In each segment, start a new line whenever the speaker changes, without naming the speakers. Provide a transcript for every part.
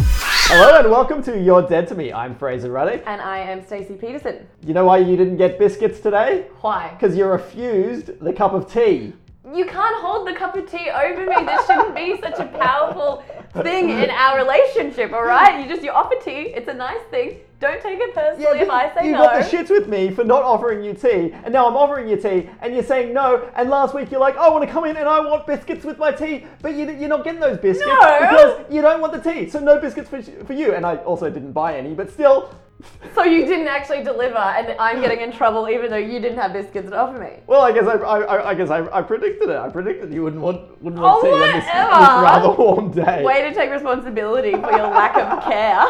Hello and welcome to You're Dead to Me. I'm Fraser Ruddick.
And I am Stacey Peterson.
You know why you didn't get biscuits today?
Why?
Because you refused the cup of tea.
You can't hold the cup of tea over me. This shouldn't be such a powerful thing in our relationship, all right? You just, you offer tea. It's a nice thing. Don't take it personally if I say
you
no.
got the shits with me for not offering you tea, and now I'm offering you tea, and you're saying no. And last week you're like, I want to come in and I want biscuits with my tea, but you, you're not getting those biscuits
No.
because you don't want the tea, so no biscuits for, for you. And I also didn't buy any, but still,
So you didn't actually deliver, and I'm getting in trouble even though you didn't have biscuits to offer me.
Well, I guess I, I, I- I guess I, I predicted it. I predicted you wouldn't want wouldn't want
Oh,
tea on this, this
whatever.
rather warm day.
Way to take responsibility for your lack of care.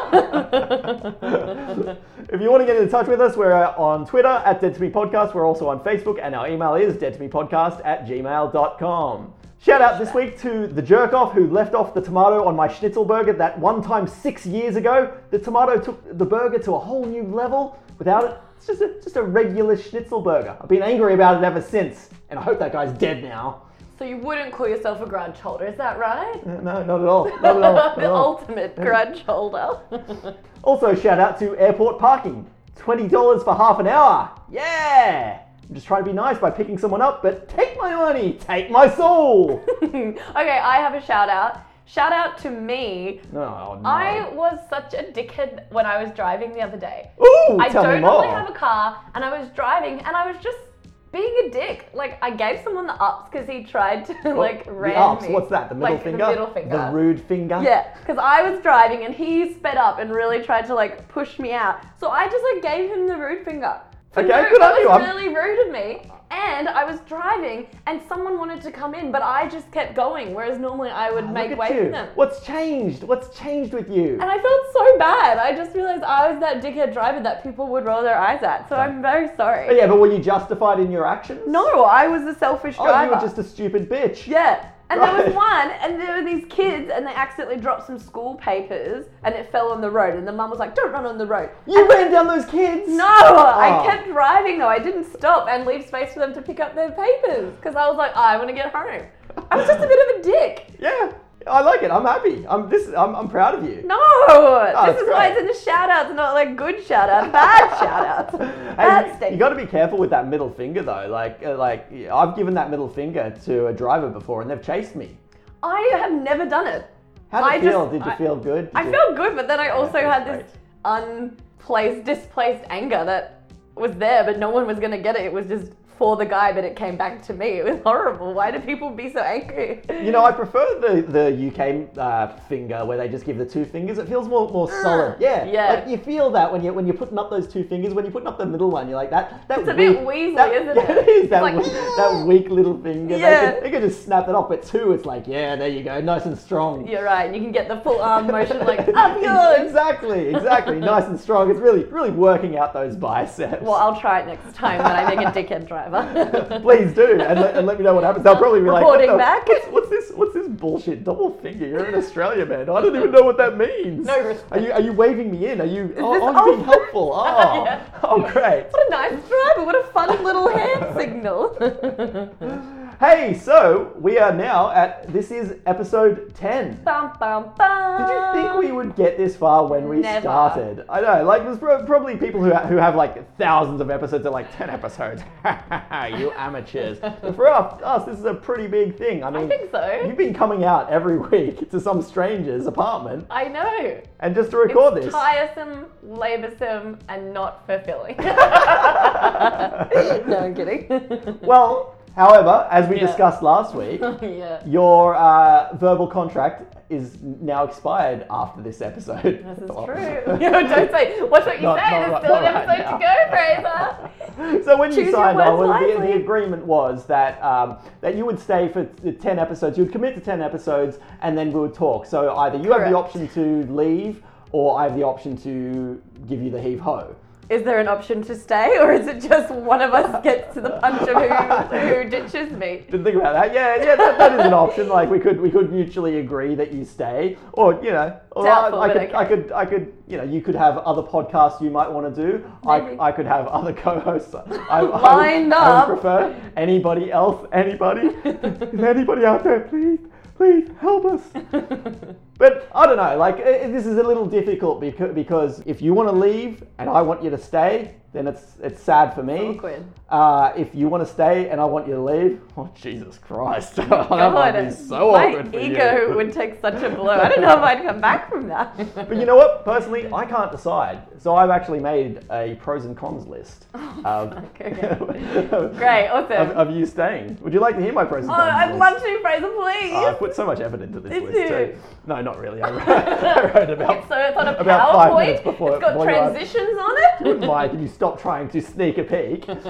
if you want to get in touch with us, we're on Twitter at Dead to Me Podcast. We're also on Facebook, and our email is dead to me podcast at gmail.com. Shout out this week to the jerk off who left off the tomato on my schnitzel burger that one time six years ago. The tomato took the burger to a whole new level without it. It's just a, just a regular schnitzel burger. I've been angry about it ever since, and I hope that guy's dead now.
so you wouldn't call yourself a grudge holder, is that right?
No, not at all. Not at all. Not at
the
all.
ultimate grudge holder.
Also, shout out to airport parking. Twenty dollars for half an hour. Yeah. I'm just trying to be nice by picking someone up, but take my money, take my soul. Oh,
okay, I have a shout out. Shout out to me.
No, no.
I was such a dickhead when I was driving the other day.
Ooh,
I
tell
don't
me more.
normally have a car, and I was driving, and I was just being a dick. Like I gave someone the ups because he tried to like
the
ram
ups,
me.
What's that? The middle
like,
finger.
The middle finger.
The rude finger.
Yeah, because I was driving and he sped up and really tried to like push me out. So I just like gave him the rude finger. For
Okay,
no-
good on
that
you.
was
I'm-
really rude of me. And I was driving and someone wanted to come in, but I just kept going, whereas normally I would
Oh,
make
look
way
at you.
for them.
What's changed? What's changed with you?
And I felt so bad. I just realized I was that dickhead driver that people would roll their eyes at. So I'm very sorry.
Oh, yeah, but were you justified in your actions?
No, I was a selfish
Oh,
driver.
you were just a stupid bitch.
Yeah. And there was
Right.
one, and there were these kids, and they accidentally dropped some school papers, and it fell on the road. And the mum was like, "Don't run on the road."
You ran down those kids.
No,
Oh.
I kept driving though. I didn't stop and leave space for them to pick up their papers because I was like, I want to get home. I was just a bit of a dick.
Yeah, I like it. I'm happy. I'm this. I'm, I'm proud of you.
No,
that's
this is
Oh,
why
great.
it's in the shout outs, not like good shout outs, bad shout outs.
Hey,
Bad
you,
state.
got to be careful with that middle finger though. Like, uh, like yeah, I've given that middle finger to a driver before, and they've chased me.
I have never done it.
How did
I
it feel?
just-
did you
I-
feel good?
I
Did you-
felt good, but then I also
feels
had this unplaced, displaced anger that was there, but no one was gonna get it. It was just for the guy, but it came back to me. It was horrible. Why do people be so angry?
You know, I prefer the the UK uh, finger where they just give the two fingers. It feels more more solid. Yeah,
Yeah.
Like you feel that when you when you're putting up those two fingers. When you're putting up the middle one, you're like that. that
It's a
weak,
bit Weasley,
that,
isn't
yeah,
it?
it is
It's
that
like, "Mm."
weak, that weak little finger.
Yeah.
They could, they could just snap it off. But two, it's like yeah, there you go, nice and strong.
You're right. You can get the full arm motion, like up yours.
Exactly, exactly. nice and strong. It's really, really working out those biceps.
Well, I'll try it next time when I make a dickhead driver.
Please do, and let, and let me know what happens. They'll probably be like, what
Reporting
the-
back.
What's, what's this? What's this bullshit? Double finger? You're in Australia, man. I don't even know what that means.
No respect.
Are you are you waving me in? Are you?
this-
Oh, are you being
oh.
helpful? Oh,
Yeah.
oh, great.
What a nice driver. What a fun little hand signal.
Hey, so we are now at this is episode ten.
bum, bum, bum.
Did you think we would get this far when we
Never.
started? I know, like there's prob- probably people who, ha- who have like thousands of episodes and like 10 episodes. you amateurs. but for us, us, this is a pretty big thing. I mean,
think so.
You've been coming out every week to some stranger's apartment
I know.
and just to record
it's
this.
tiresome, laborsome, and not fulfilling. no, I'm kidding.
Well, however, as we
Yeah.
discussed last week,
yeah.
your uh, verbal contract is now expired after this episode.
This is true. No, don't say. Watch what you
Not- not
say. There's
right-
still an
not right
episode to go, Fraser.
So when you
Choose your
signed on,
words
well, the, the
wisely.
agreement was that um, that you would stay for t- ten episodes. You would commit to ten episodes, and then we would talk. So either you have the
Correct.
option to leave, or I have the option to give you the heave ho.
Is there an option to stay, or is it just one of us gets to the punch of who, who ditches me?
Didn't think about that. Yeah, yeah, that, that is an option. Like we could we could mutually agree that you stay, or you know, or
Doubtful,
I, I
but
could
okay.
I could I could you know you could have other podcasts you might want to do.
Maybe.
I, I could have other co-hosts. I, I, would-
Lined
I
up.
would prefer anybody else. Anybody? is anybody out there? Please, please help us. But But I don't know, like, i i- this is a little difficult because, because if you want to leave and I want you to stay, then it's it's sad for me.
Awkward.
Uh, if you want to stay and I want you to leave, oh, Jesus Christ. that might be so
my
awkward for
ego
you.
would take such a blow. I don't know if I'd come back from that.
But you know what? Personally, I can't decide. So I've actually made a pros and cons list.
Oh, fuck, okay. Great, awesome.
Of, of you staying. Would you like to hear my pros and
Oh,
cons?
I'd
list?
love to, Fraser, please.
Oh, I put so much effort into this
Did
list
you?
too. No, not really. I wrote, I wrote about.
so it's on a
about five
PowerPoint.
minutes before-
it's got
before you are-
transitions on
You wouldn't
it.
mind if you stop trying to sneak a peek.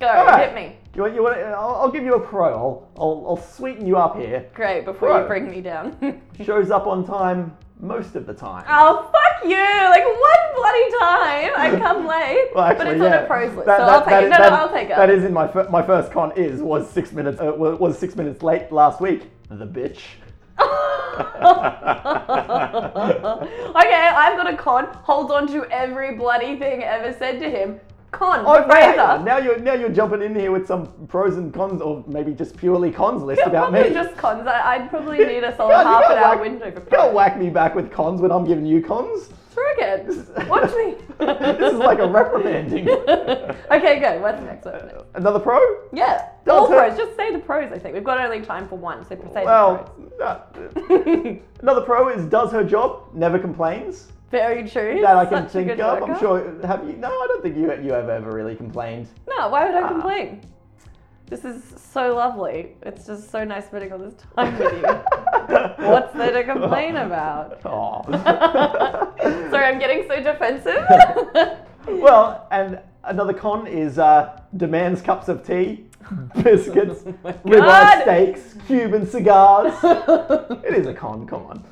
Go,
All
hit me.
You want, you want, I'll, I'll give you a pro. I'll, I'll, I'll sweeten you up here.
Great, before
Right.
you bring me down.
Shows up on time most of the time.
oh, fuck you. Like, one bloody time I come late.
Well, actually,
but it's on
yeah.
a pros list,
That-
so
that-
I'll take
that
it.
is-
No,
that-
no, I'll take it.
That is in my fir- my first con is was six minutes uh, was was six minutes late last week. The bitch.
okay, I've got a con. Hold on to every bloody thing ever said to him. Con.
Oh,
Fraser.
now, now you're now you're jumping in here with some pros and cons, or maybe just purely cons list about me.
Probably just cons. I, I'd probably need a solid
God, you
half an
gotta
hour
whack-
window for
You can't
pros.
whack me back with cons when I'm giving you cons.
Through again. Watch me.
this is like a reprimanding.
okay, good. What's next? What's next?
Uh, Another pro?
Yeah,
Don't
all
tell-
pros. Just say the pros. I think we've got only time for one, so say
Well,
the
uh,
pros.
another pro is does her job, never complains.
Very true.
That I can
Such a
think
good
of. I'm
worker.
sure. Have you? No, I don't think you you have ever really complained.
No, why would I
Ah.
complain? This is so lovely. It's just so nice spending all this time with you. What's there to complain about?
Aw.
Sorry, I'm getting so defensive.
well, and another con is uh, demands cups of tea, biscuits, ribeye
Oh God.
steaks, Cuban cigars. it is a con. Come on.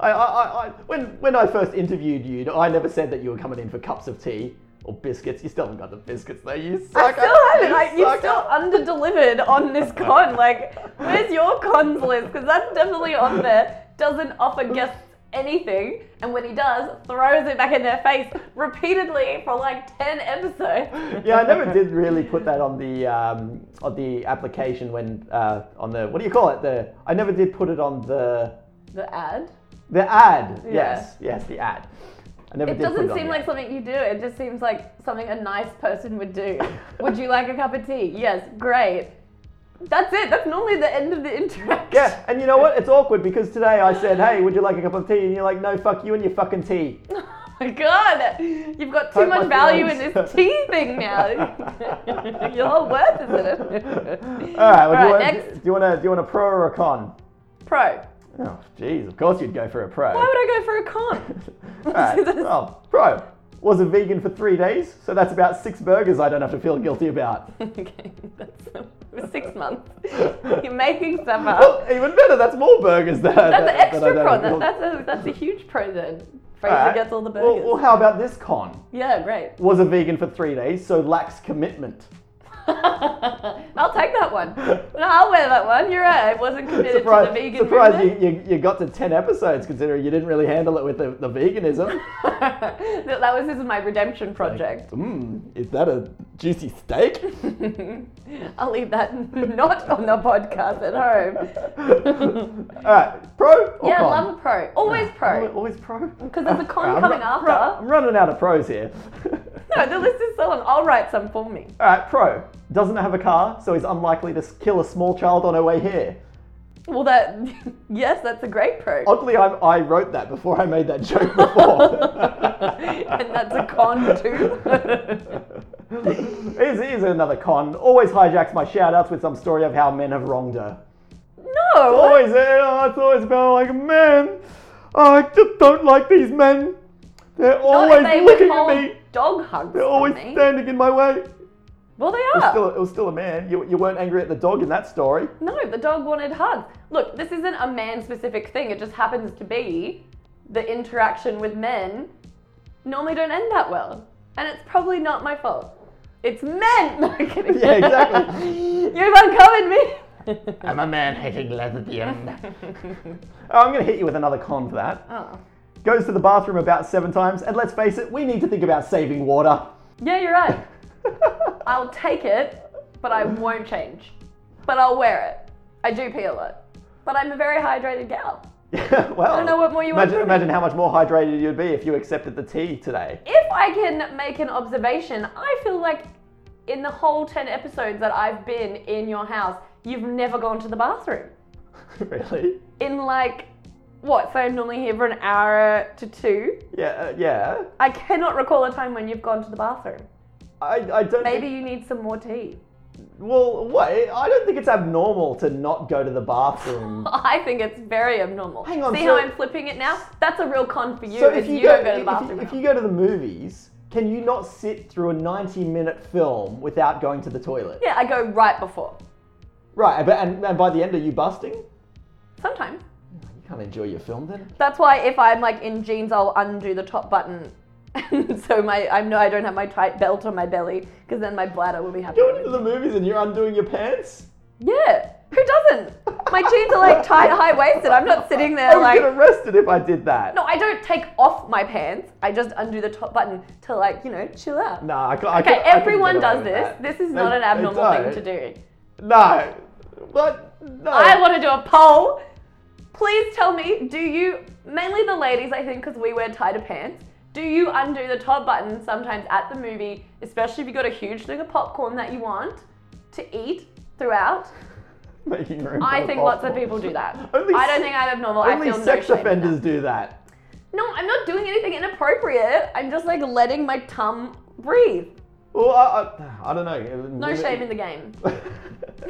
I, I, I, I, when when I first interviewed you, I never said that you were coming in for cups of tea or biscuits. You still haven't got the biscuits though. You
I
suck.
still haven't. I, you
suck
still underdelivered on this con. Like, where's your cons list? Because that's definitely on there. Doesn't offer guests anything, and when he does, throws it back in their face repeatedly for like ten episodes.
yeah, I never did really put that on the um, on the application when uh, on the what do you call it? The I never did put it on the
The ad.
the ad.
Yeah.
Yes, yes, the ad. I never
It
did put
doesn't
on
seem
the
like
ad.
something you do. It just seems like something a nice person would do. would you like a cup of tea? Yes, great. That's it. That's normally the end of the interaction.
Yeah, and you know what? It's awkward because today I said, "Hey, would you like a cup of tea?" And you're like, "No, fuck you and your fucking tea."
Oh my god, you've got too
Hurt my
much value in
feelings.
this tea thing now. Your whole worth is in it.
All right. Well,
All
do, you
right,
want,
next.
do you want to do you want a pro or a con?
Pro.
Oh, jeez. Of course you'd go for a pro.
Why would I go for a con?
All right. Well, pro was a vegan for three days, so that's about six burgers I don't have to feel guilty about.
okay, that's for six months. You're making stuff up.
Well, even better, that's more burgers that I-
That's an
that- that I
extra
don't
pro.
have to
Then.
look-
That's a that's a huge pro then. Fraser
Alright.
gets all the
Well-
burgers.
Well, how about this con?
yeah, great.
Was a vegan for three days, so lacks commitment.
I'll take that one. No, I'll wear that one. You're right. I wasn't committed
Surprise,
to the vegan
surprised
movement.
you, you, you got to 10 episodes considering you didn't really handle it with the, the veganism.
that that was this is my redemption project.
Mmm, is that a juicy steak?
I'll leave that not on the podcast at home.
All right, pro or
Yeah,
con?
love a pro. Always
Always,
pro.
always pro?
Because there's a con
I'm
coming
ru-
after.
ru- I'm running out of pros here.
No, the list is so long. I'll write some for me.
All right, pro. Doesn't have a car, so is unlikely to s- kill a small child on her way here.
Well, that yes, that's a great pro.
Oddly, I, I wrote that before I made that joke before.
and that's a con too.
here's, here's another con. Always hijacks my shout-outs with some story of how men have wronged her.
no,
Always, oh, it's always about like, man, I just don't like these men. They're
not
always
if they
looking
withhold
at me.
Dog hugs.
They're always
from me.
standing in my way.
Well, they
It was,
are.
still, it was still a man. You, you weren't angry at the dog in that story.
No, the dog wanted hugs. Look, this isn't a man specific thing. It just happens to be the interaction with men normally don't end that well. And it's probably not my fault. It's men! No, I'm kidding.
Yeah, exactly.
You've uncovered me!
I'm a man-hating lesbian. oh, I'm going to hit you with another con for that.
oh.
Goes to the bathroom about seven times, and let's face it, we need to think about saving water.
Yeah, you're right. I'll take it, but I won't change. But I'll wear it. I do pee a lot. But I'm a very hydrated gal.
Yeah, well, I
don't know what more you want
imagine,
from me.
imagine how much more hydrated you'd be if you accepted the tea today.
If I can make an observation, I feel like in the whole 10 episodes that I've been in your house, you've never gone to the bathroom.
really?
In like, what? So I'm normally here for an hour to two.
Yeah, uh, yeah.
I cannot recall a time when you've gone to the bathroom.
I, I don't.
Maybe
Think,
you need some more tea.
well, what? I don't think it's abnormal to not go to the bathroom.
I think it's very abnormal.
Hang on,
See
so-
how I'm flipping it now? That's a real con for you.
so
is
if you,
don't go to the
if-
bathroom.
if,
now.
you go to the movies, can you not sit through a ninety-minute film without going to the toilet?
Yeah, I go right before.
Right, but and, and by the end, are you busting? You
Sometimes.
can't enjoy your film then.
That's why if I'm like in jeans, I'll undo the top button. so my I know I don't have my tight belt on my belly because then my bladder will be happy.
Going to the movies and you're undoing your pants.
Yeah, who doesn't? My jeans are like tight, high waisted. I'm not sitting
I
there
would
like.
get arrested if I did that.
No, I don't take off my pants. I just undo the top button to like you know chill out.
No, I can't. I
Okay,
couldn't- I couldn't
everyone
get away
does
with
this.
that.
This is
They-
not an
they
abnormal thing
don't.
to do.
No, but no.
I want to do a poll. Please tell me, do you, mainly the ladies, I think, because we wear tighter pants, do you undo the top button sometimes at the movie, especially if you've got a huge thing of popcorn that you want to eat throughout?
Making room. for
I
the
think lots of
possible.
people do that.
Only
I
s-
don't think I'm abnormal. I
Only
feel
sex
no shame in that.
offenders do that.
No, I'm not doing anything inappropriate. I'm just like letting my tum breathe.
Well, I, I, I don't know.
No shame in the game.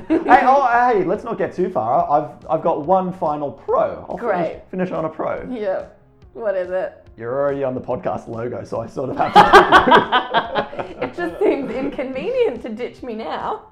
hey, oh, hey, let's not get too far. I've I've got one final pro. I'll Finish,
Great.
finish on a pro.
Yeah. What is it?
You're already on the podcast logo, so I sort of have to.
It just seems inconvenient to ditch me now.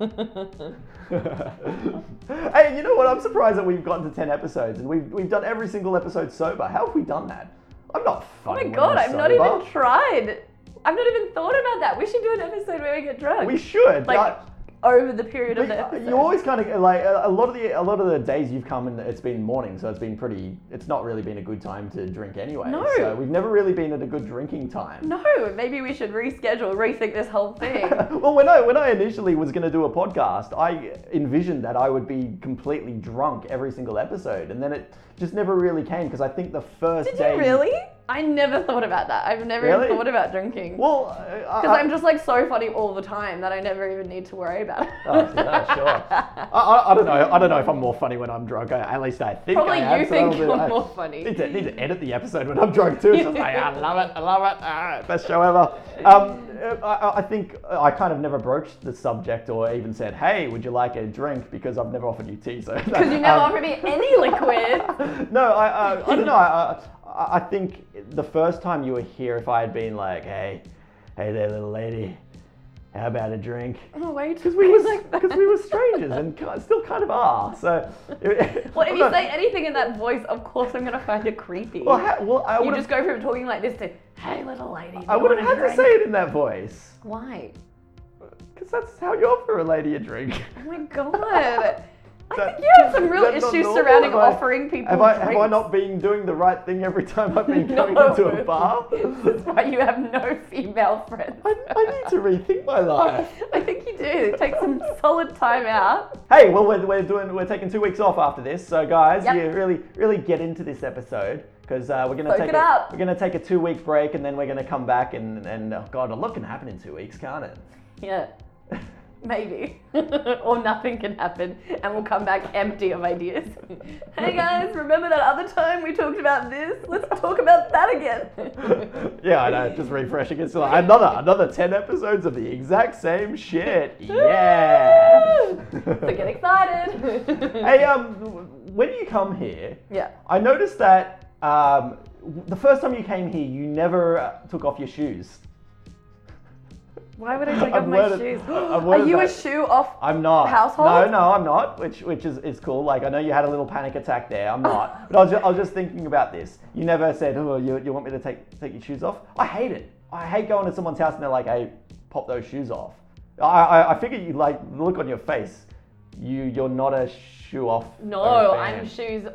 hey, you know what? I'm surprised that we've gotten to ten episodes and we've we've done every single episode sober. How have we done that? I'm not
Oh my
funny.
god, I've
I'm
not even tried. I've not even thought about that. We should do an episode where we get drunk.
We should.
like
I-
over the period of
But
the episode.
you always kind of like a a lot of the a lot of the days you've come and it's been morning, so it's been pretty. It's not really been a good time to drink anyway.
No.
So we've never really been at a good drinking time.
no, maybe we should reschedule, rethink this whole thing.
well, when I when I initially was going to do a podcast, I envisioned that I would be completely drunk every single episode, and then it just never really came because I think the first
Did
day.
you really? I never thought about that. I've never
Really? Uh,
even thought about drinking.
Well, I-
because
I-
I'm just like so funny all the time that I never even need to worry about it.
Oh, yeah, sure. I, I, I don't know. I don't know if I'm more funny when I'm drunk. I, at least I think
Probably
I am,
you
so
think
that'll be-
you're
I
more funny.
Need to, need to edit the episode when I'm drunk too. It's just like, I love it. I love it. Ah, best show ever. Um, I- I, I think I kind of never broached the subject or even said, "Hey, would you like a drink?" Because I've never offered you tea. So Um,
Because you never offered me any liquid.
no, I, I, I don't know. I, I, I think the first time you were here, if I had been like, "Hey, hey there, little lady, how about a drink?"
Oh, wait.
Because we, was- 'cause we were strangers and ki- still kind of are. So,
Well, if you say anything in that voice, of course I'm gonna find it creepy.
well, ha- well, I
you
would
just
have,
go from talking like this to, hey, little lady. do
I
you
would have
want a
had to
drink?"
say it in that voice
Why?
because that's how you offer a lady a drink.
Oh my god. I
That-
think you have some real
that's not
issues
normal.
surrounding
Have I-
offering people
Have I have I
drinks.
not been doing the right thing every time I've been going
No.
into a bar?
this is why you have no female friends.
I, I need to rethink my life.
I think you do. Take some solid time out.
Hey, well we're, we're doing we're taking two weeks off after this, so guys,
Yep.
you really really get into this episode because uh, we're gonna
Soak
take
it
a,
up.
we're gonna take a two week break and then we're gonna come back and and oh god, a lot can happen in two weeks, can't it?
Yeah. Maybe. or nothing can happen and we'll come back empty of ideas. hey guys, remember that other time we talked about this? Let's talk about that again.
yeah, I know. Just refreshing. It's like another another ten episodes of the exact same shit. Yeah.
so get excited.
hey, um, when you come here,
yeah.
I noticed that um, w- the first time you came here, you never uh, took off your shoes.
Why would I take
I've
off my
worded-
shoes?
I've
Are
worded
you a
that.
shoe off?
I'm not.
Household?
No, no, I'm not. Which which is, is cool. Like I know you had a little panic attack there.
Oh.
I'm not. but I was, just, I was just thinking about this. You never said, "Oh, you, you want me to take take your shoes off?" I hate it. I hate going to someone's house and they're like, "Hey, pop those shoes off." I I, I figure you like look on your face. You you're not a shoe off.
No,
fan.
I'm shoes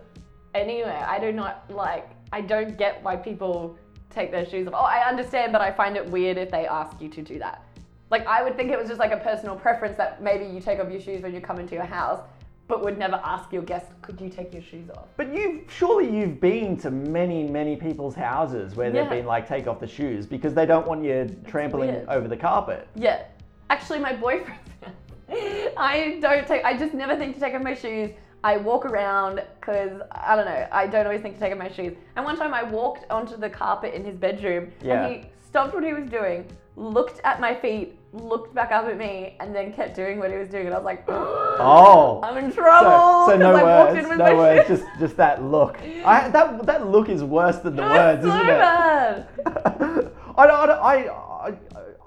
anywhere. I do not like. I don't get why people take their shoes off. Oh, I understand, but I find it weird if they ask you to do that. Like, I would think it was just like a personal preference that maybe you take off your shoes when you come into your house. but would never ask your guest, could you take your shoes off?
But you surely you've been to many many people's houses where they've
Yeah.
been like take off the shoes because they don't want you trampling
weird.
over the carpet.
Yeah. Actually, my boyfriend. I don't take. I just never think to take off my shoes. I walk around because I don't know. I don't always think to take off my shoes. And one time I walked onto the carpet in his bedroom,
Yeah.
and he stopped what he was doing, looked at my feet, looked back up at me, and then kept doing what he was doing. And I was like,
Oh.
I'm in
So,
trouble.
so no
'cause I walked
words,
in with
no
my
words,
shoes.
just just that look. I, that that look is worse than the
It was
words,
so
isn't it?
bad.
I, don't- I, don't- I,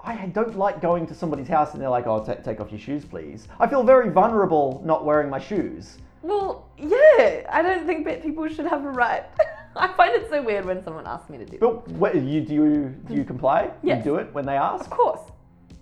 I, I don't like going to somebody's house and they're like, "Oh, ta take off your shoes, please." I feel very vulnerable not wearing my shoes.
Well, yeah. I don't think that people should have a right. I find it so weird when someone asks me to do. that.
But what, you do you do you comply? You
Mm. Yes.
do it when they ask.
Of course.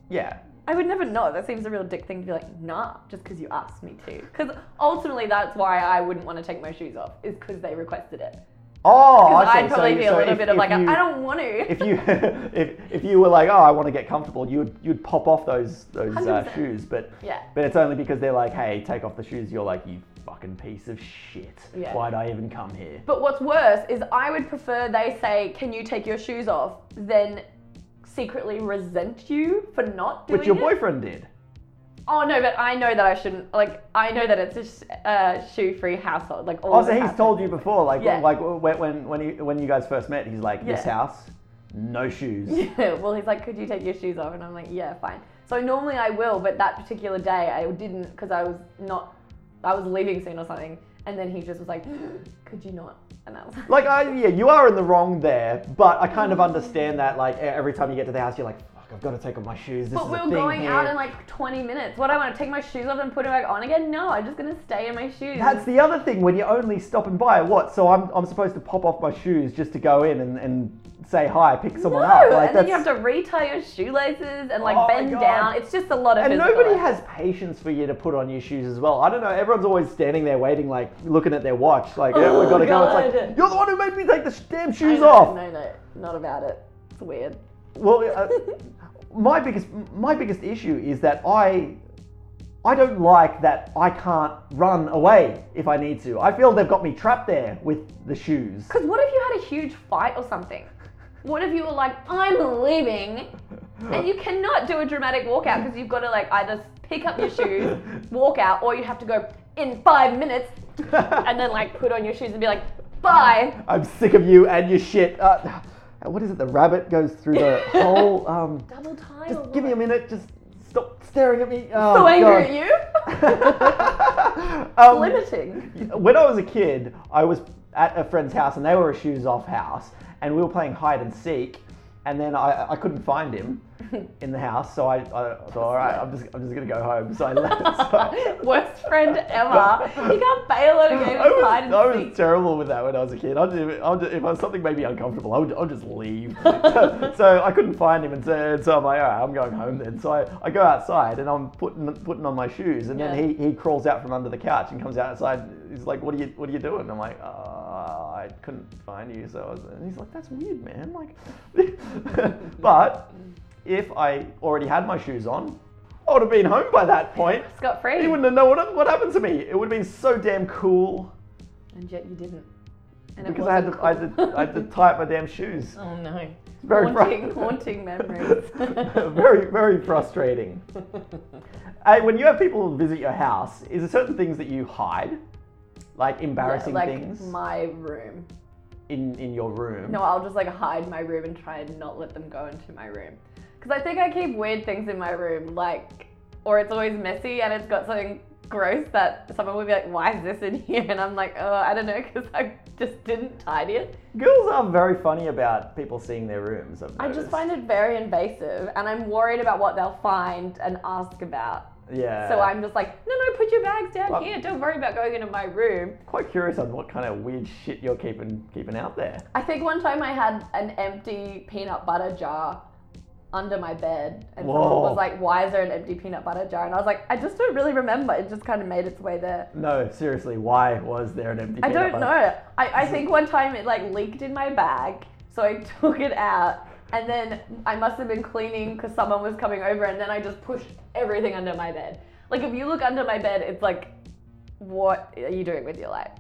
Yeah.
I would never know. That seems a real dick thing to be like, nah, just because you asked me to. Because ultimately, that's why I wouldn't want to take my shoes off, is because they requested it.
Oh,
Because
I see.
I'd probably
so,
feel
so
a little
if-
bit of
if
like,
you,
a, I don't want to.
If you if, if you were like, oh, I want to get comfortable, you'd you'd pop off those those uh,
100%.
shoes, but
yeah.
But it's only because they're like, hey, take off the shoes. You're like, you fucking piece of shit.
Yeah.
Why'd I even come here?
But what's worse is I would prefer they say, can you take your shoes off, than secretly resent you for not doing
Which your
it.
boyfriend did.
Oh no, but I know that I shouldn't. Like, I know that it's a sh- uh, shoe-free household. Like, all
Oh,
the
so he's
houses.
told you before, like,
Yeah.
like when when when, he, when you guys first met, he's like, this
Yeah.
house, no shoes.
Yeah, well, he's like, could you take your shoes off? And I'm like, yeah, fine. So normally I will, but that particular day I didn't because I was not, I was leaving soon or something. And then he just was like, could you not? And I was like,
like, I, yeah, you are in the wrong there, but I kind of understand that. Like, e- every time you get to the house, you're like, fuck, I've got to take off my shoes. This
but
is
we
a
were
thing
going
here.
out in like 20 minutes. What, I want to take my shoes off and put them back on again? No, I'm just going to stay in my shoes.
That's the other thing when you're only stopping by. What? So I'm, I'm supposed to pop off my shoes just to go in and, and say hi, pick someone
no,
up. Like
and then you
that's-
have to retie your shoelaces and like
Oh my
bend
God.
down. It's just a lot of
And
physical
nobody
effort.
has patience for you to put on your shoes as well. I don't know. Everyone's always standing there waiting, like looking at their watch, like yeah, we
Oh,
gotta go. It's like
God.
you're the one who made me take the sh- damn
I
shoes
know,
off.
No, no, not about it. It's weird.
Well, uh, my biggest my biggest issue is that I I don't like that I can't run away if I need to. I feel they've got me trapped there with the shoes.
Because what if you had a huge fight or something? What if you were like, I'm leaving, and you cannot do a dramatic walkout because you've got to like either pick up your shoes, walk out, or you have to go in five minutes and then like put on your shoes and be like, bye.
I'm sick of you and your shit. Uh, what is it? The rabbit goes through the whole. Um,
Double time. or
just give me a
what?
minute. Just stop staring at me. Oh,
So
God.
angry at you.
Um,
Limiting.
when I was a kid, I was at a friend's house and they were a shoes off house, and we were playing hide and seek. And then I, I couldn't find him in the house, so I, I thought, all right, I'm just, I'm just gonna go home. So I left. So I,
Worst friend ever. You can't bail on a game
I
of hide
was,
and
I was
seek.
terrible with that when I was a kid. I'd, do- I'd, do- if I was something made me uncomfortable, I would, I'd just leave. so, so I couldn't find him, and so, and so I'm like, all right, I'm going home then. So I, I go outside and I'm putting putting on my shoes, and
Yeah.
then he, he crawls out from under the couch and comes outside. and He's like, what are you what are you doing? I'm like, uh, I couldn't find you, so I was, and he's like, that's weird, man. Like, but if I already had my shoes on, I would have been home by that point.
Scot free.
He wouldn't have known what, what happened to me. It would have been so damn cool
And yet you didn't. And it
because I had, to,
wasn't
I, had
cool.
to, I had to tie up my damn shoes.
Oh no.
very
haunting,
bright.
haunting memories.
very, very frustrating. Uh, when you have people visit your house, is there certain things that you hide? Like embarrassing
Yeah, like
things
my room.
in, in your room?
No, I'll just like hide my room and try and not let them go into my room. Because I think I keep weird things in my room, like, or it's always messy and it's got something gross that someone will be like, why is this in here? And I'm like, oh, I don't know, because I just didn't tidy it.
Girls are very funny about people seeing their rooms. I've
I just
noticed.
find it very invasive and I'm worried about what they'll find and ask about.
Yeah.
So I'm just like, no, no, put your bags down
Uh. Well-
here. Don't worry about going into my room.
quite curious on what kind of weird shit you're keeping keeping out there.
I think one time I had an empty peanut butter jar under my bed, and
Whoa.
someone was like, "Why is there an empty peanut butter jar?" And I was like, "I just don't really remember. It just kind of made its way there."
No, seriously, why was there an empty?
I
peanut
don't
butter-
know. I, I think one time it like leaked in my bag, so I took it out, and then I must have been cleaning because someone was coming over, and then I just pushed everything under my bed. Like if you look under my bed, it's like what are you doing with your life?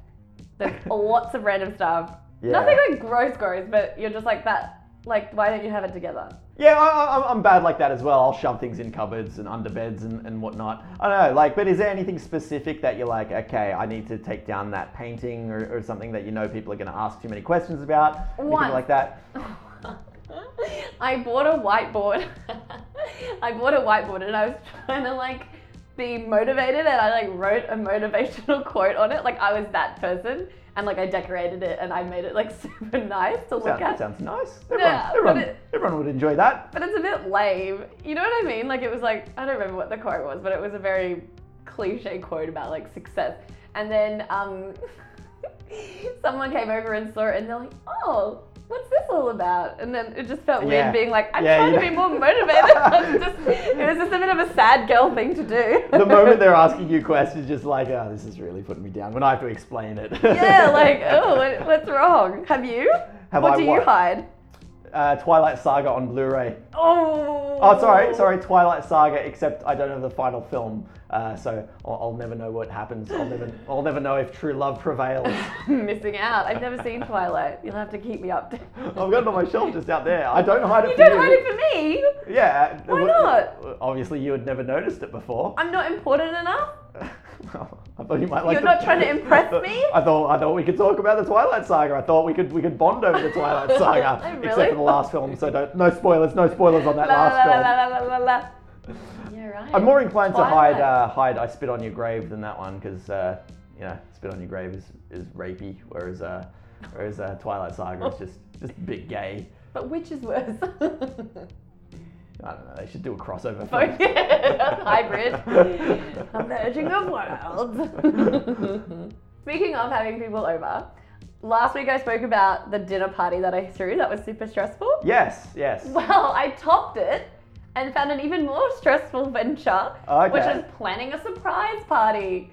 There's lots of random stuff.
Yeah.
Nothing like gross, gross, but you're just like that. Like, why don't you have it together?
Yeah, I, I, I'm- I'm bad like that as well. I'll shove things in cupboards and under beds and, and whatnot. I don't know, like, but is there anything specific that you're like, okay, I need to take down that painting or, or something that you know people are going to ask too many questions about? Anything
Once.
like that?
I bought a whiteboard. I bought a whiteboard and I was trying to like be motivated and I like wrote a motivational quote on it. Like I was that person and like I decorated it and I made it like super nice to look
Sounds,
at.
sounds nice. Everyone,
Yeah, but
everyone,
it-
everyone would enjoy that.
But it's a bit lame. You know what I mean? Like it was like I don't remember what the quote was, but it was a very cliche quote about like success. And then um, someone came over and saw it, and they're like, "Oh, what's this all about?" And then it just felt
Yeah.
weird being like, "I'm
Yeah,
trying
you
to be
know.
more motivated." I'm just, it was just a bit of a sad girl thing to do.
The moment they're asking you questions, just like, oh, this is really putting me down when I have to explain it.
yeah, like, oh, what, what's wrong? Have you?
Have
what
I
do you
what?
hide?
uh, Twilight Saga on Blu ray.
Oh.
Oh, sorry, sorry, Twilight Saga. Except I don't know the final film, uh, so I'll, I'll never know what happens. I'll never, I'll never know if true love prevails.
Missing out. I've never seen Twilight. You'll have to keep me updated.
I've got it on my shelf just out there. I don't hide it
You
for
don't
you.
hide it for me.
Yeah. w-
Why not?
Obviously, you had never noticed it before.
I'm not important enough.
I thought you might like.
You're
the-
not trying to impress
I thought-
me?
I thought I thought we could talk about the Twilight Saga. I thought we could we could bond over the Twilight Saga,
I
except
Oh, really
for the last film. So don't no spoilers, no spoilers on that
La,
last
la,
film.
la, la, la, la, la. Yeah, right.
I'm more inclined to
Twilight.
hide uh, hide I spit on your grave than that one because uh, you know spit on your grave is, is rapey, whereas uh, whereas uh, Twilight Saga is just just a bit gay.
But which is worse?
I don't know. They should do a crossover.
Both-
film.
Hybrid. A merging of worlds. Speaking of having people over, last week I spoke about the dinner party that I threw that was super stressful.
Yes, yes.
Well, I topped it and found an even more stressful venture, which
Okay.
is planning a surprise party.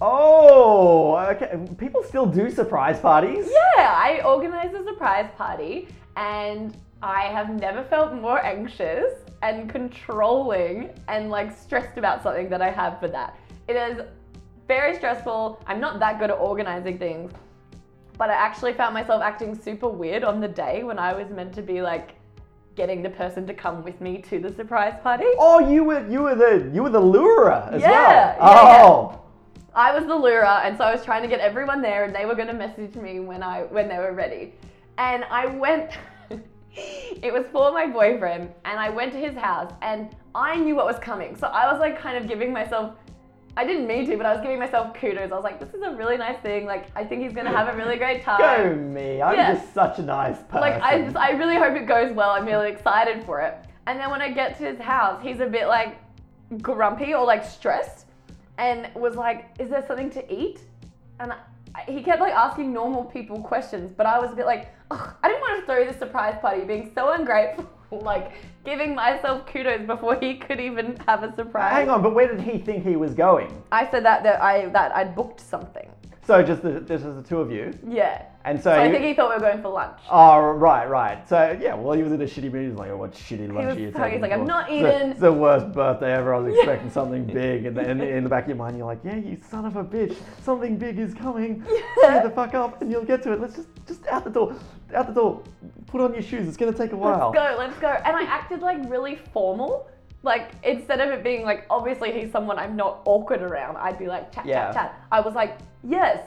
Oh, okay. People still do surprise parties.
Yeah, I organized a surprise party and I have never felt more anxious and controlling and like stressed about something that I have for that. It is very stressful. I'm not that good at organizing things, but I actually found myself acting super weird on the day when I was meant to be like getting the person to come with me to the surprise party.
Oh, you were you were the you were the lurer as
Yeah, yeah, yeah.
well.
I was the lurer, and so I was trying to get everyone there, and they were going to message me when I when they were ready. And I went. it was for my boyfriend, and I went to his house, and I knew what was coming, so I was like kind of giving myself. I didn't mean to, but I was giving myself kudos. I was like, "This is a really nice thing. Like, I think he's gonna have a really great time."
Oh, go me! I'm
Yeah.
just such a nice person.
Like I just, I really hope it goes well. I'm really excited for it. And then when I get to his house, he's a bit like grumpy or like stressed, and was like, "Is there something to eat?" And I, he kept like asking normal people questions, but I was a bit like, Ugh, "I didn't want to throw the surprise party, being so ungrateful, like giving myself kudos before he could even have a surprise."
Hang on, but where did he think he was going?
I said that that I that I'd booked something.
So just the, this is the two of you,
Yeah.
and so,
So I
you-
think he thought we were going for lunch.
Oh, right, right. So, yeah, well, he was in a shitty mood. He's like, oh, what shitty lunch
was
are you taking
sorry, he's like,
for?
"I'm not
It's the-
eating."
It's the worst birthday ever. I was expecting something big. And then in the back of your mind, you're like, yeah, you son of a bitch. Something big is coming.
Yeah.
Shut the fuck up and you'll get to it. Let's just, just out the door. Out the door. Put on your shoes. It's going to take a while.
Let's go, let's go. And I acted like really formal. Like instead of it being like obviously he's someone I'm not awkward around, I'd be like chat,
Yeah.
chat, chat. I was like, yes,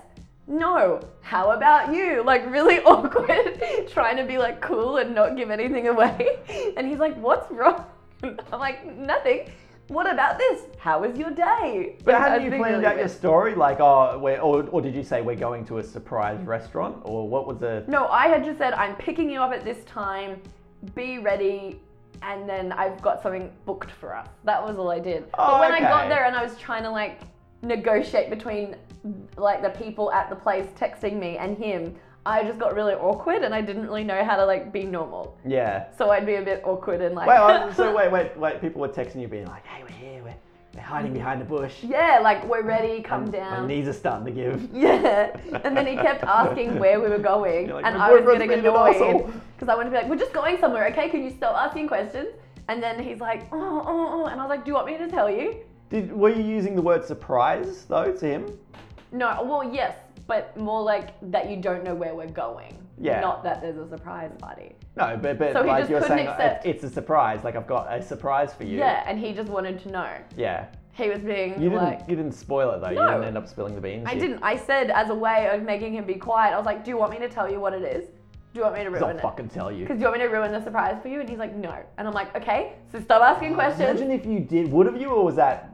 no, how about you? Like really awkward, trying to be like cool and not give anything away. And he's like, what's wrong? I'm like, nothing. What about this? How was your day?
But
Like, I
how
was
did you
being
plan
really
out your
weird.
story? Like, oh, we're, or, or did you say we're going to a surprise restaurant? Or what was the.
No, I had just said, I'm picking you up at this time, be ready, and then I've got something booked for us. That was all I did.
Oh,
but when I
okay.
got there and I was trying to like negotiate between like the people at the place texting me and him, I just got really awkward and I didn't really know how to like be normal.
Yeah.
So I'd be a bit awkward and like
Wait, oh, so wait, wait, wait. People were texting you, being like, hey, we're here. We're, we're hiding behind the bush.
Yeah, like we're ready, Mm. come
My
down.
knees are starting to give.
Yeah. And then he kept asking where we were going,
You're like,
and
"My
I was
boyfriend's
getting
being an
annoyed
asshole."
because I wanted to be like, "We're just going somewhere, okay? Can you stop asking questions?" And then he's like, "Oh, oh, oh," and I was like, "Do you want me to tell you?"
Did were you using the word surprise though to him?
No, well, yes, but more like that you don't know where we're going.
Yeah.
Not that there's a surprise party.
No, but, but
So he
like
just
you're
couldn't
saying,
accept-
it, it's a surprise. Like I've got a surprise for you.
Yeah. and he just wanted to know.
Yeah.
He was being
You didn't.
like.
you didn't spoil it though. You
No.
didn't end up spilling the beans.
I
You-
didn't. I said as a way of making him be quiet. I was like, "Do you want me to tell you what it is? Do you want me to
'cause
ruin
I'll
it?
fucking tell you.
Because you want me to ruin the surprise for you?" And he's like, "No." And I'm like, "Okay, so stop asking questions."
Oh, Imagine if you did. Would have you, or was that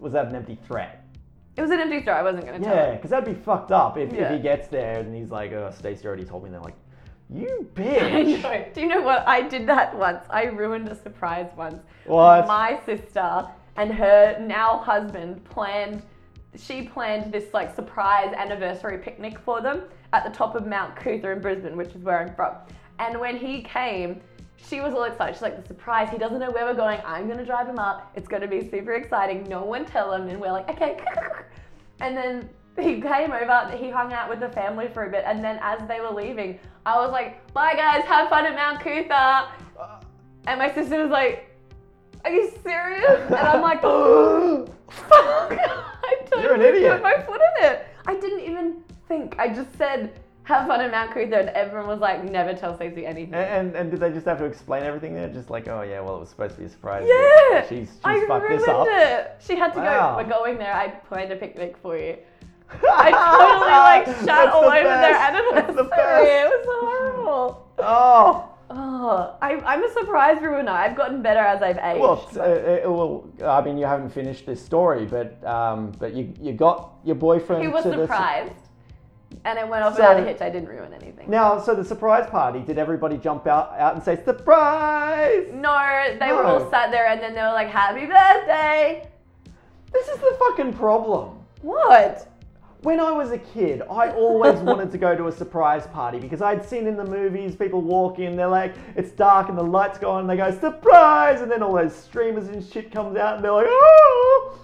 was that an empty threat?
It was an empty store. I wasn't gonna tell
Yeah,
him.
because that'd be fucked up if, if
Yeah.
he gets there and he's like, "Oh, Stacey already told me." And they're like, "You
I
bitch."
know. Do you know what? I did that once. I ruined a surprise once.
What?
My sister and her now husband planned. She planned this like surprise anniversary picnic for them at the top of Mount Cootha in Brisbane, which is where I'm from. And when he came, she was all excited. She's like, "The surprise! He doesn't know where we're going. I'm gonna drive him up. It's gonna be super exciting. No one tell him." And we're like, "Okay." And then he came over, he hung out with the family for a bit, and then as they were leaving, I was like, bye guys, have fun at Mount Cootha. And my sister was like, are you serious? And I'm like, fuck. I totally
You're an idiot.
put my foot in it. I didn't even think. I just said, have fun at Mount Cootha, and everyone was like, never tell Stacey anything.
And, and and did they just have to explain everything there? Just like, oh yeah, well it was supposed to be a surprise. but
yeah,
she's she's
I
fucked
ruined
this up.
it. She had to
Wow.
go. We're going there. I planned a picnic for you. I totally like shot
That's
all
the
over their
best. That's the
anniversary. It
best.
was horrible.
Oh.
Oh, I, I'm a surprise ruiner. I've gotten better as I've aged.
Well, t- uh, uh, well, I mean, you haven't finished this story, but um, but you you got your boyfriend.
he was
to the su-
surprised, and it went off
So-
without a hitch. I didn't ruin anything.
now, so the surprise party. Did everybody jump out out and say surprise?
No, they were
No.
all sat there, and then they were like, "Happy birthday!"
This is the fucking problem.
What?
When I was a kid, I always wanted to go to a surprise party because I'd seen in the movies people walk in, they're like, it's dark and the lights go on, and they go, surprise! And then all those streamers and shit comes out and they're like, oh!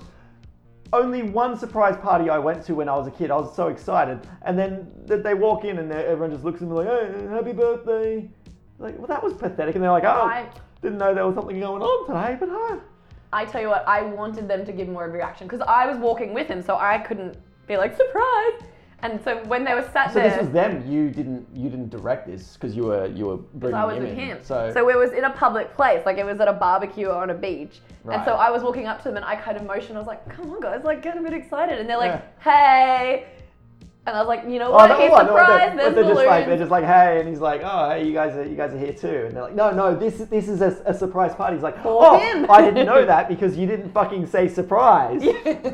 Only one surprise party I went to when I was a kid, I was so excited. And then th- they walk in and they're- everyone just looks at me like, hey, happy birthday. Like, well, that was pathetic. And they're like, oh,
I-
didn't know there was something going on today, but huh.
I tell you what, I wanted them to give more of a reaction because I was walking with him, so I couldn't be like surprise. And so when they were sat
So
there,
this was them. You didn't you didn't direct this because you were you were bringing
I was
him
with
in.
him.
So,
it was in a public place, like it was at a barbecue or on a beach.
Right.
And so I was walking up to them and I kind of motioned, I was like, come on guys, like get a bit excited. And they're like, hey. And I was like, you know what?
no,
He's
what? No, what?
surprised,
oh, They're,
there's
they're just like they're
balloons.
just like hey, and he's like oh hey, you guys are you guys are here too, and they're like no no this is this is a, a surprise party. He's like
For
oh
him."
I didn't know that because you didn't fucking say surprise.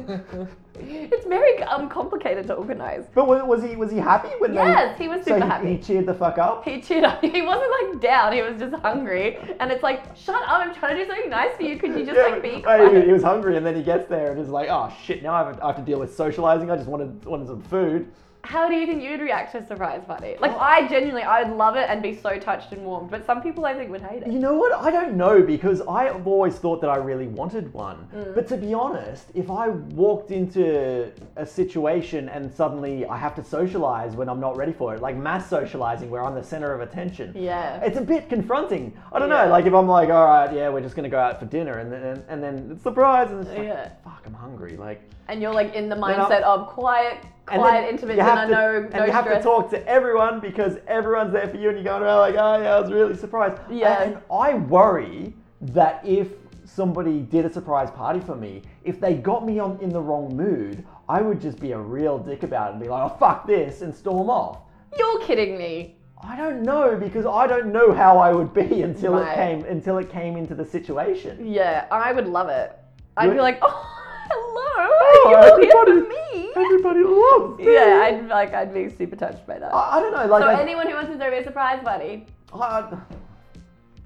it's very um, complicated to organize.
But was, was he was he happy when they?
Yes, he was
so
super
he,
happy.
He cheered the fuck up.
He cheered up. He wasn't like down, he was just hungry. And it's like, shut up, I'm trying to do something nice for you. Could you just
Yeah,
like be
but- oh, he, he
quiet?
was hungry, and then he gets there and is like, "Oh shit! Now I have, I have to deal with socializing. I just wanted wanted some food."
How do you think you'd react to a surprise party? Like I genuinely I would love it and be so touched and warmed, but some people I think would hate it.
You know what? I don't know because I've always thought that I really wanted one.
Mm.
But to be honest, if I walked into a situation and suddenly I have to socialize when I'm not ready for it, like mass socializing where I'm the center of attention.
Yeah.
It's a bit confronting. I don't know.
Yeah.
Like if I'm like, all right, yeah, we're just gonna go out for dinner, and then and then it's surprise, and it's like,
Yeah.
fuck, I'm hungry. Like,
And you're like in the
I'll-
mindset of quiet,
and
quiet,
then
intimate
you
dinner,
have to-
no,
and
no
you have
stress.
to talk to everyone because everyone's there for you, and you're going around like, oh yeah, I was really surprised.
Yeah.
And I worry that if somebody did a surprise party for me, if they got me on in the wrong mood, I would just be a real dick about it and be like, oh fuck this, and storm off.
You're kidding me.
I don't know because I don't know how I would be until it
Right.
came until it came into the situation.
Yeah, I would love it. I'd
You- Oh,
be like, oh, hello, are you all here for me?
Everybody loves me.
Yeah, I'd like, I'd be super touched by that.
I, I don't know. Like,
so
I,
anyone who wants to throw me a surprise party,
I-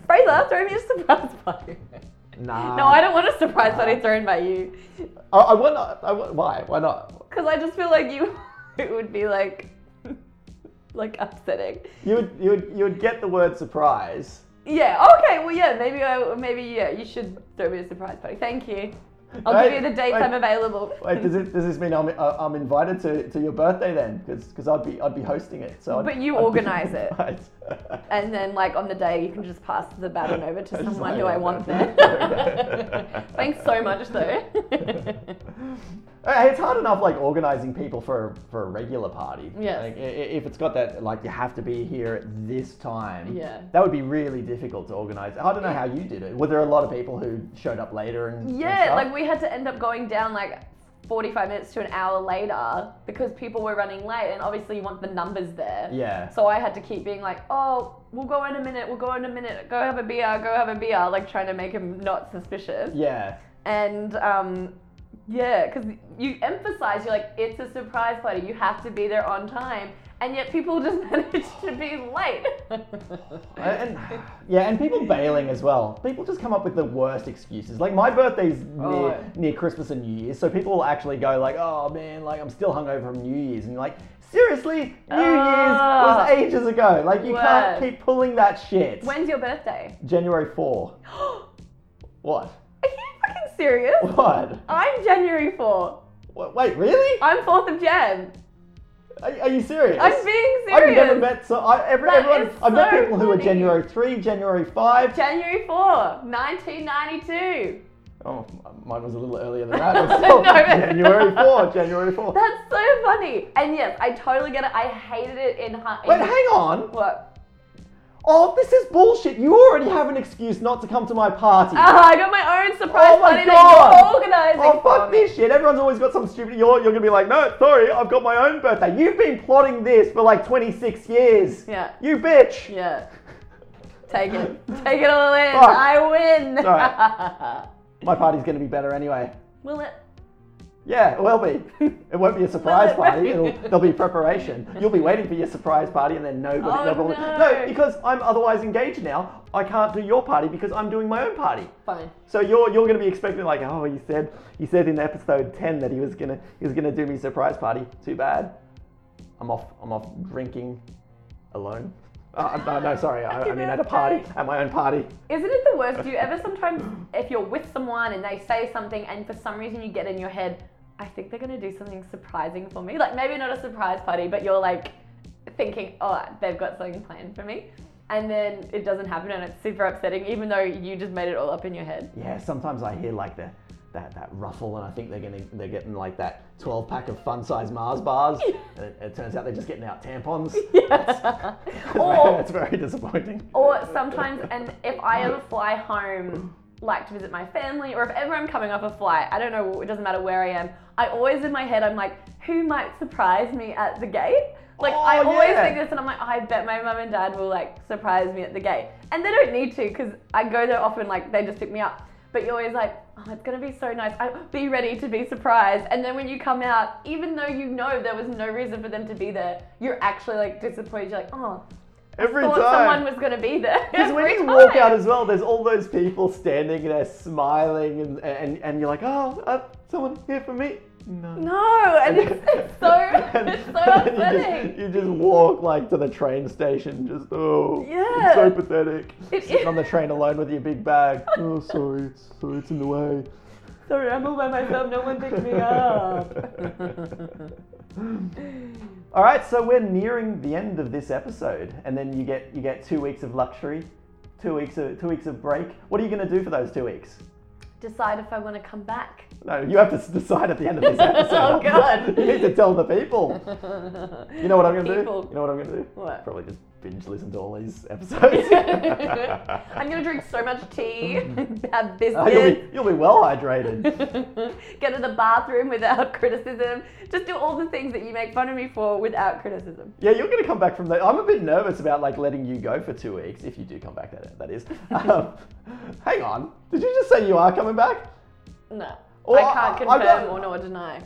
Fraser, throw me a surprise party.
nah.
no, I don't want a surprise party thrown by you,
I, I want. I want. Why? Why not?
because I just feel like you, it would be like, like upsetting.
You would, you would, you would get the word surprise.
Yeah. Okay. Well, yeah. Maybe. I, maybe. Yeah. You should throw me a surprise party. Thank you. I'll
Right,
give you the dates
right.
I'm available.
Wait, does it, does this mean I'm, uh, I'm invited to, to your birthday then? Because I'd be, I'd be hosting it. So. I'd,
But you
I'd be
organise it.
invited.
and then, like on the day, you can just pass the baton over to
I just like
someone who I
that.
want there. Thanks so much, though.
Hey, It's hard enough, like organizing people for for a regular party.
Yes.
Like, i- i- if it's got that, like you have to be here at this time.
Yeah.
That would be really difficult to organize. I don't know how you did it. Were there a lot of people who showed up later and? and
Yeah,
stuff?
like we had to end up going down like 45 minutes to an hour later because people were running late, and obviously you want the numbers there.
Yeah.
So I had to keep being like, oh, we'll go in a minute, we'll go in a minute, go have a beer, go have a beer, like trying to make him not suspicious.
Yeah.
And um, yeah, because you emphasize, you're like, it's a surprise party, you have to be there on time. And yet people just manage to be late.
Uh, And, and- yeah, and people bailing as well. People just come up with the worst excuses. Like my birthday's near
Oh.
near Christmas and New Year's, so people will actually go like, "Oh man, like I'm still hungover from New Year's," and you're like, "Seriously, New Year's was
Oh.
ages ago. Like you can't
Word.
keep pulling that shit."
When's your birthday?
January four.
Are
What?
you fucking serious?
What?
I'm January 4.
Wha- Wait, really?
I'm 4th of Jan.
Are, are you serious?
I'm being
I've
serious.
never met so I, every,
That
everyone.
is
I've met
so
people who are
funny.
January three, January five.
January 4, 1992.
Oh, m- mine was a little earlier than that. but still,
No.
January 4, January 4.
That's so funny. And yes, I totally get it. I hated it in high.
Wait, hang on.
What?
Oh, this is bullshit. You already have an excuse not to come to my party.
Ah, I got my own surprise
Oh my
party
God.
that you're organising.
Oh fuck
for me.
this shit! Everyone's always got some stupid. You're, you're gonna be like, no, sorry, I've got my own birthday. You've been plotting this for like 26 years.
Yeah.
You bitch.
Yeah. Take it. Take it all in.
Fuck.
I win.
Sorry. My party's gonna be better anyway.
Will it?
Yeah, it will be. It won't be a surprise
Will it
party.
be?
It'll, there'll be preparation. You'll be waiting for your surprise party, and then nobody.
Oh,
nobody
no.
because I'm otherwise engaged now. I can't do your party because I'm doing my own party.
Fine.
So you're you're going to be expecting like, oh, he said he said in episode ten that he was gonna he was gonna do me surprise party. Too bad. I'm off. I'm off drinking, alone. Uh, no, no, sorry. I, I mean at a party, at my own party.
Isn't it the worst? Do you ever sometimes, if you're with someone and they say something, and for some reason you get in your head, I think they're gonna do something surprising for me. Like maybe not a surprise party, but you're like thinking, oh, they've got something planned for me, and then it doesn't happen, and it's super upsetting, even though you just made it all up in your head.
Yeah, sometimes I hear like the that, that ruffle, and I think they're gonna they're getting like that twelve pack of fun size Mars bars, and it, it turns out they're just getting out tampons. It's, very,
Or-
it's very disappointing.
Or sometimes, and if I ever fly home, like to visit my family, or if ever I'm coming off a flight, I don't know, it doesn't matter where I am, I always in my head, I'm like, who might surprise me at the gate? Like, I
Oh,
always
yeah.
think this, and I'm like, I bet my mum and dad will like surprise me at the gate. And they don't need to, because I go there often, like, they just pick me up. But you're always like, oh, it's gonna be so nice. I, be ready to be surprised. And then when you come out, even though you know there was no reason for them to be there, you're actually like disappointed. You're like, oh,
Every
thought
time.
someone was going to be there.
Because when
every
you walk
time.
out as well, there's all those people standing there smiling, and, and, and you're like, oh, uh, someone here for me? No.
No, and it's, it's so
And-
it's so
and then You
upsetting.
just, you just walk like to the train station, just oh, it's so
Yeah.
pathetic.
It
Sitting
is.
on the train alone with your big bag. Oh, sorry, it's, sorry, it's in the way.
Sorry, I'm all by myself. No one picked me up.
All right, so we're nearing the end of this episode, and then you get you get two weeks of luxury, two weeks of two weeks of break. What are you going to do for those two weeks?
Decide if I want to come back.
No, you have to s- decide at the end of this episode.
Oh, God.
you need to tell the people. You know what I'm going to do?
People.
You know what I'm going to do?
What?
Probably just binge listen to all these episodes.
I'm gonna drink so much tea, have
Oh, you'll, be,
biscuits,
you'll be well hydrated.
get to the bathroom without criticism, just do all the things that you make fun of me for without criticism.
Yeah, you're going to come back from that. I'm a bit nervous about like letting you go for two weeks if you do come back. That that is. Um, hang on. Did you just say you are coming back?
No,
Well,
I
I-
can't
I've
confirm
got-
or nor deny.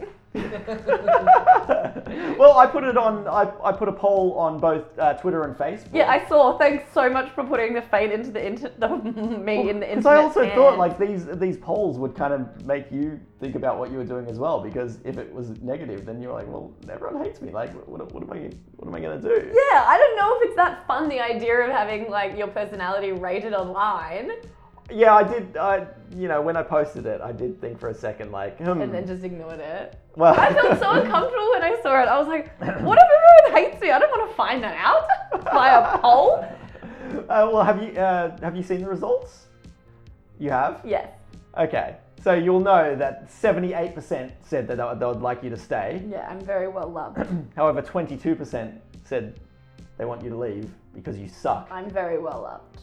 well, I put it on. I, I put a poll on both uh, Twitter and Facebook.
Yeah, I saw. Thanks so much for putting the fate into the inter- the me in the internet.
Because I also thought
hands.
like these these polls would kind of make you think about what you were doing as well. Because if it was negative, then you were like, well, everyone hates me. Like, what, what am I what am I gonna do?
Yeah, I don't know if it's that fun the idea of having like your personality rated online
Yeah, I did. I you know when I posted it, I did think for a second like, hmm.
and then just ignored it.
well,
I felt so uncomfortable when I saw it. I was like, what if everyone hates me? I don't want to find that out by a poll.
Uh, well, have you uh, have you seen the results? You have.
Yes.
Okay. So you'll know that 78% said that they would- they would like you to stay.
Yeah, I'm very well loved.
However, 22% said they want you to leave because you suck.
I'm very well loved.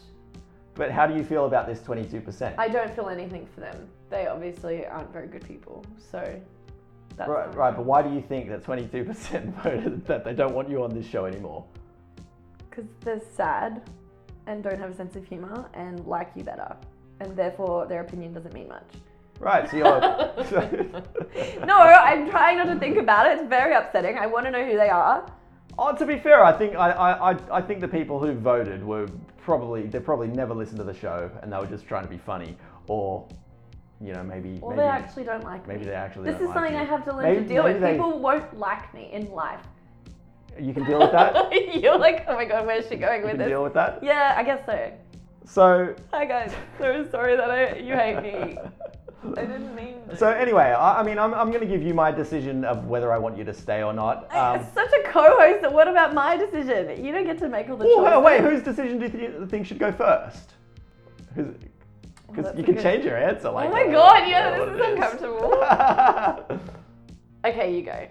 But how do you feel about this 22%?
I don't feel anything for them. They obviously aren't very good people, so that's
Right,
not-
right, but why do you think that 22% voted that they don't want you on this show anymore?
Because they're sad and don't have a sense of humour and like you better. And therefore, their opinion doesn't mean much.
Right, so you're. so-
No, I'm trying not to think about it. It's very upsetting. I want to know who they are.
Oh, to be fair, I think I, I, I- I think the people who voted were probably they probably never listened to the show and they were just trying to be funny, or you know maybe
Or
maybe
they actually don't like
maybe
me.
they actually
This
don't
is
like
something
you.
I have to learn
Maybe-
to deal
maybe
with.
they-
People won't like me in life.
you can deal with that.
You're like, oh my god, where's she going
you
with
can
this?
deal with that.
Yeah, I guess so.
So
Hi guys, so sorry that I you hate me. I didn't mean. To.
So anyway, I, I mean I'm, I'm going to give you my decision of whether I want you to stay or not.
I-
Um,
it's such a co-host. that What about my decision? You don't get to make all the
oh,
choices.
wait, wait, whose decision do you thi- think should go first? Because
Oh, that's
you
a
can
good-
change your answer. Like,
Oh my
uh,
god, yeah,
what
this
it
is uncomfortable. okay, you go.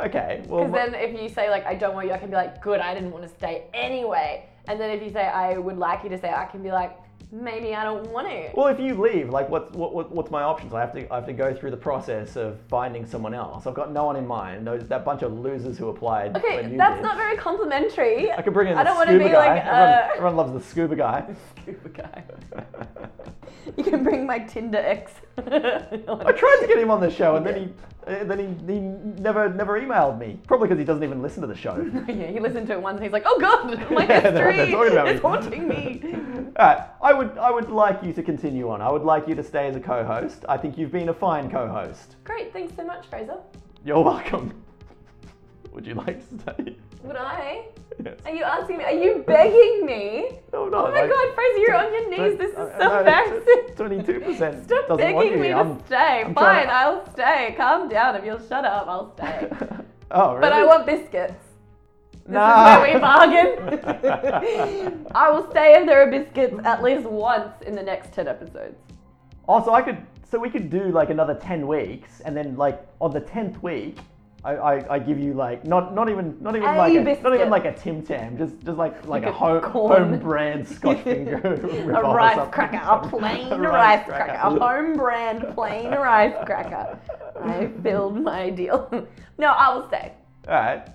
okay, well.
Because then if you say like I don't want you, I can be like, good, I didn't want to stay anyway. And then if you say I would like you to stay, I can be like, maybe I don't want to.
Well, if you leave, like, what's what, what, what's my options? I have to I have to go through the process of finding someone else. I've got no one in mind. Those that bunch of losers who applied. when
Okay,
you
that's
did.
not very complimentary.
I could bring in
I
the
don't wanna
scuba
be
guy.
like,
everyone,
uh,
everyone loves the scuba guy.
Scuba guy. You can bring my Tinder ex. Oh,
I tried to get him on the show, and then he uh, then he, he never never emailed me. Probably because he doesn't even listen to the show.
yeah, he listened to it once and he's like, oh god, my
Yeah, they're- they're
history
talking about
is
me.
haunting me.
All right, I would I would like you to continue on. I would like you to stay as a co-host. I think you've been a fine co-host.
Great, thanks so much, Fraser.
You're welcome. Would you like to stay?
Would I?
Yes.
Are you asking me? Are you begging me?
No, no,
Oh my
like-
god, Fraser, you're on your knees. This is so embarrassing.
Twenty-two percent
Stop
doesn't
begging
want you.
me to
I'm-
stay.
I'm
Fine,
trying to-
I'll stay. Calm down. If you'll shut up, I'll stay.
oh, really?
But I want biscuits. This
Nah.
is where we bargain. I will stay if there are biscuits at least once in the next 10 episodes.
Also, I could. So we could do like another ten weeks, and then like on the tenth week, I, I, I give you like not not even not even
A
like a,
biscuit.
not even like a Tim Tam, just just like like,
Like
a,
a
home
corn.
home brand Scotch finger,
A rice cracker, a plain rice cracker, a home brand plain rice cracker. I filled my deal. no, I will stay.
All right.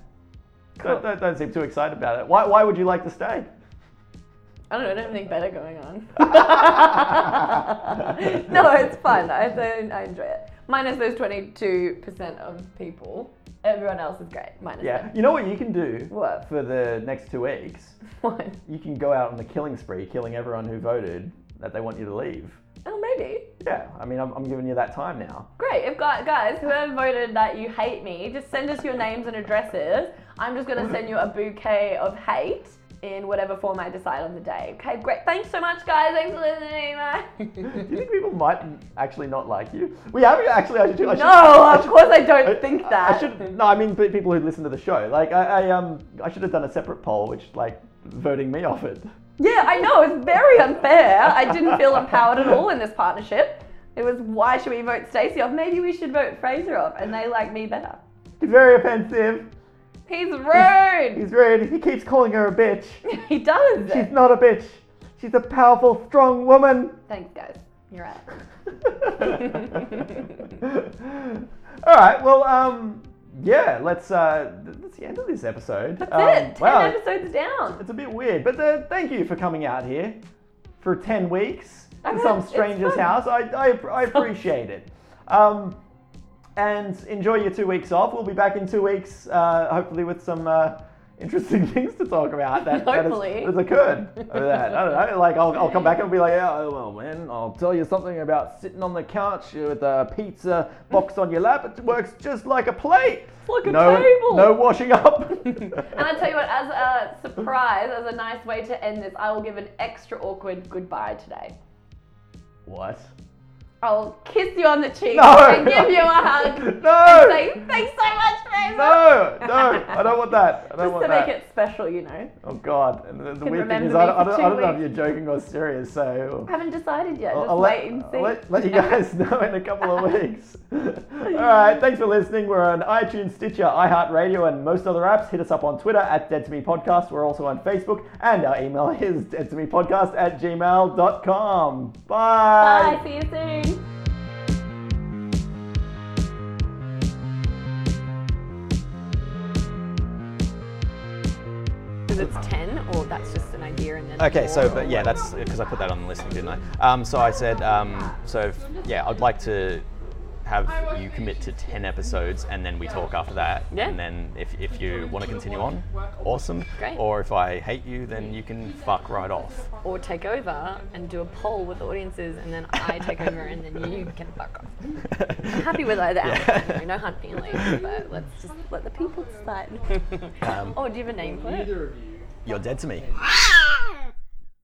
Don't, don't, don't seem too excited about it. Why, why would you like to stay?
I don't know, I don't have anything better going on. no, it's fun. I, I enjoy it. Minus those 22% of people. Everyone else is great. Minus
Yeah.
them.
You know what you can do
What?
for the next two weeks?
What?
You can go out on the killing spree, killing everyone who voted that they want you to leave.
Oh, maybe.
Yeah. I mean, I'm, I'm giving you that time now.
Great. If gu- guys, whoever voted that you hate me, just send us your names and addresses. I'm just going to send you a bouquet of hate in whatever form I decide on the day. Okay, great. Thanks so much, guys. Thanks for listening.
Do you think people might actually not like you? We have actually. I should. I should
no,
I
of
should-
course I don't think
I-
that.
I should. No, I mean pe- people who listen to the show. Like I, I um I should have done a separate poll, which like voting me off it.
Yeah, I know. It's very unfair. I didn't feel empowered at all in this partnership. It was why should we vote Stacey off? Maybe we should vote Fraser off, and they like me better.
He's very offensive.
He's rude.
He's rude. He keeps calling her a bitch.
he does.
She's not a bitch. She's a powerful, strong woman.
Thanks, guys. You're right.
All right. Well, um, yeah. Let's. Uh, th- that's the end of this episode.
That's
Um,
it. Ten
wow,
episodes down.
it's a bit weird, but uh, thank you for coming out here for ten weeks
I
in
know,
some
it's
stranger's
fun.
house. I, I, I appreciate it. Um, and enjoy your two weeks off. We'll be back in two weeks, uh, hopefully with some. Uh, Interesting things to talk about that, that has-
Hopefully.
that has occurred over that. I don't know. Like, I'll, I'll come back and be like, oh, well, man, I'll tell you something about sitting on the couch with a pizza box on your lap. It works just like a plate.
like a
no,
table.
No washing up.
And I tell you what, as a surprise, as a nice way to end this, I will give an extra awkward goodbye today.
what?
I'll kiss you on the cheek
No.
and give you a hug.
No.
And say, thanks so much, Fraser.
No, no, I don't want that. I don't
Just
want
to
that.
make it special, you know.
Oh God! And the, the
Can
weird thing
remember
is,
me
I, don't- I
for
don't,
two
I don't know if
weeks.
you're joking or serious. So
Haven't decided yet.
I'll, Oh,
Just
I'll let,
wait and see.
I'll let, let you guys know in a couple of weeks. All right, thanks for listening. We're on iTunes, Stitcher, iHeartRadio, and most other apps. Hit us up on Twitter at Dead to Me Podcast. We're also on Facebook, and our email is dead to me podcast at gmail.com. Bye.
Bye. See you soon. Because it's 10, or that's just an idea and then.
Okay, so but yeah, that's because I put that on the listing, didn't I? Um, so I said, um, so if- yeah, I'd like to have you commit to ten episodes, and then we talk after that.
Yeah.
And then if, if you want to continue on, awesome.
Great.
Or if I hate you, then you can fuck right off.
Or take over and do a poll with audiences, and then I take over, and then you can fuck off. I'm happy with either outcome. you know, No hard feelings, but let's just let the people decide.
Um,
oh, do you have a name for it?
You're dead to me.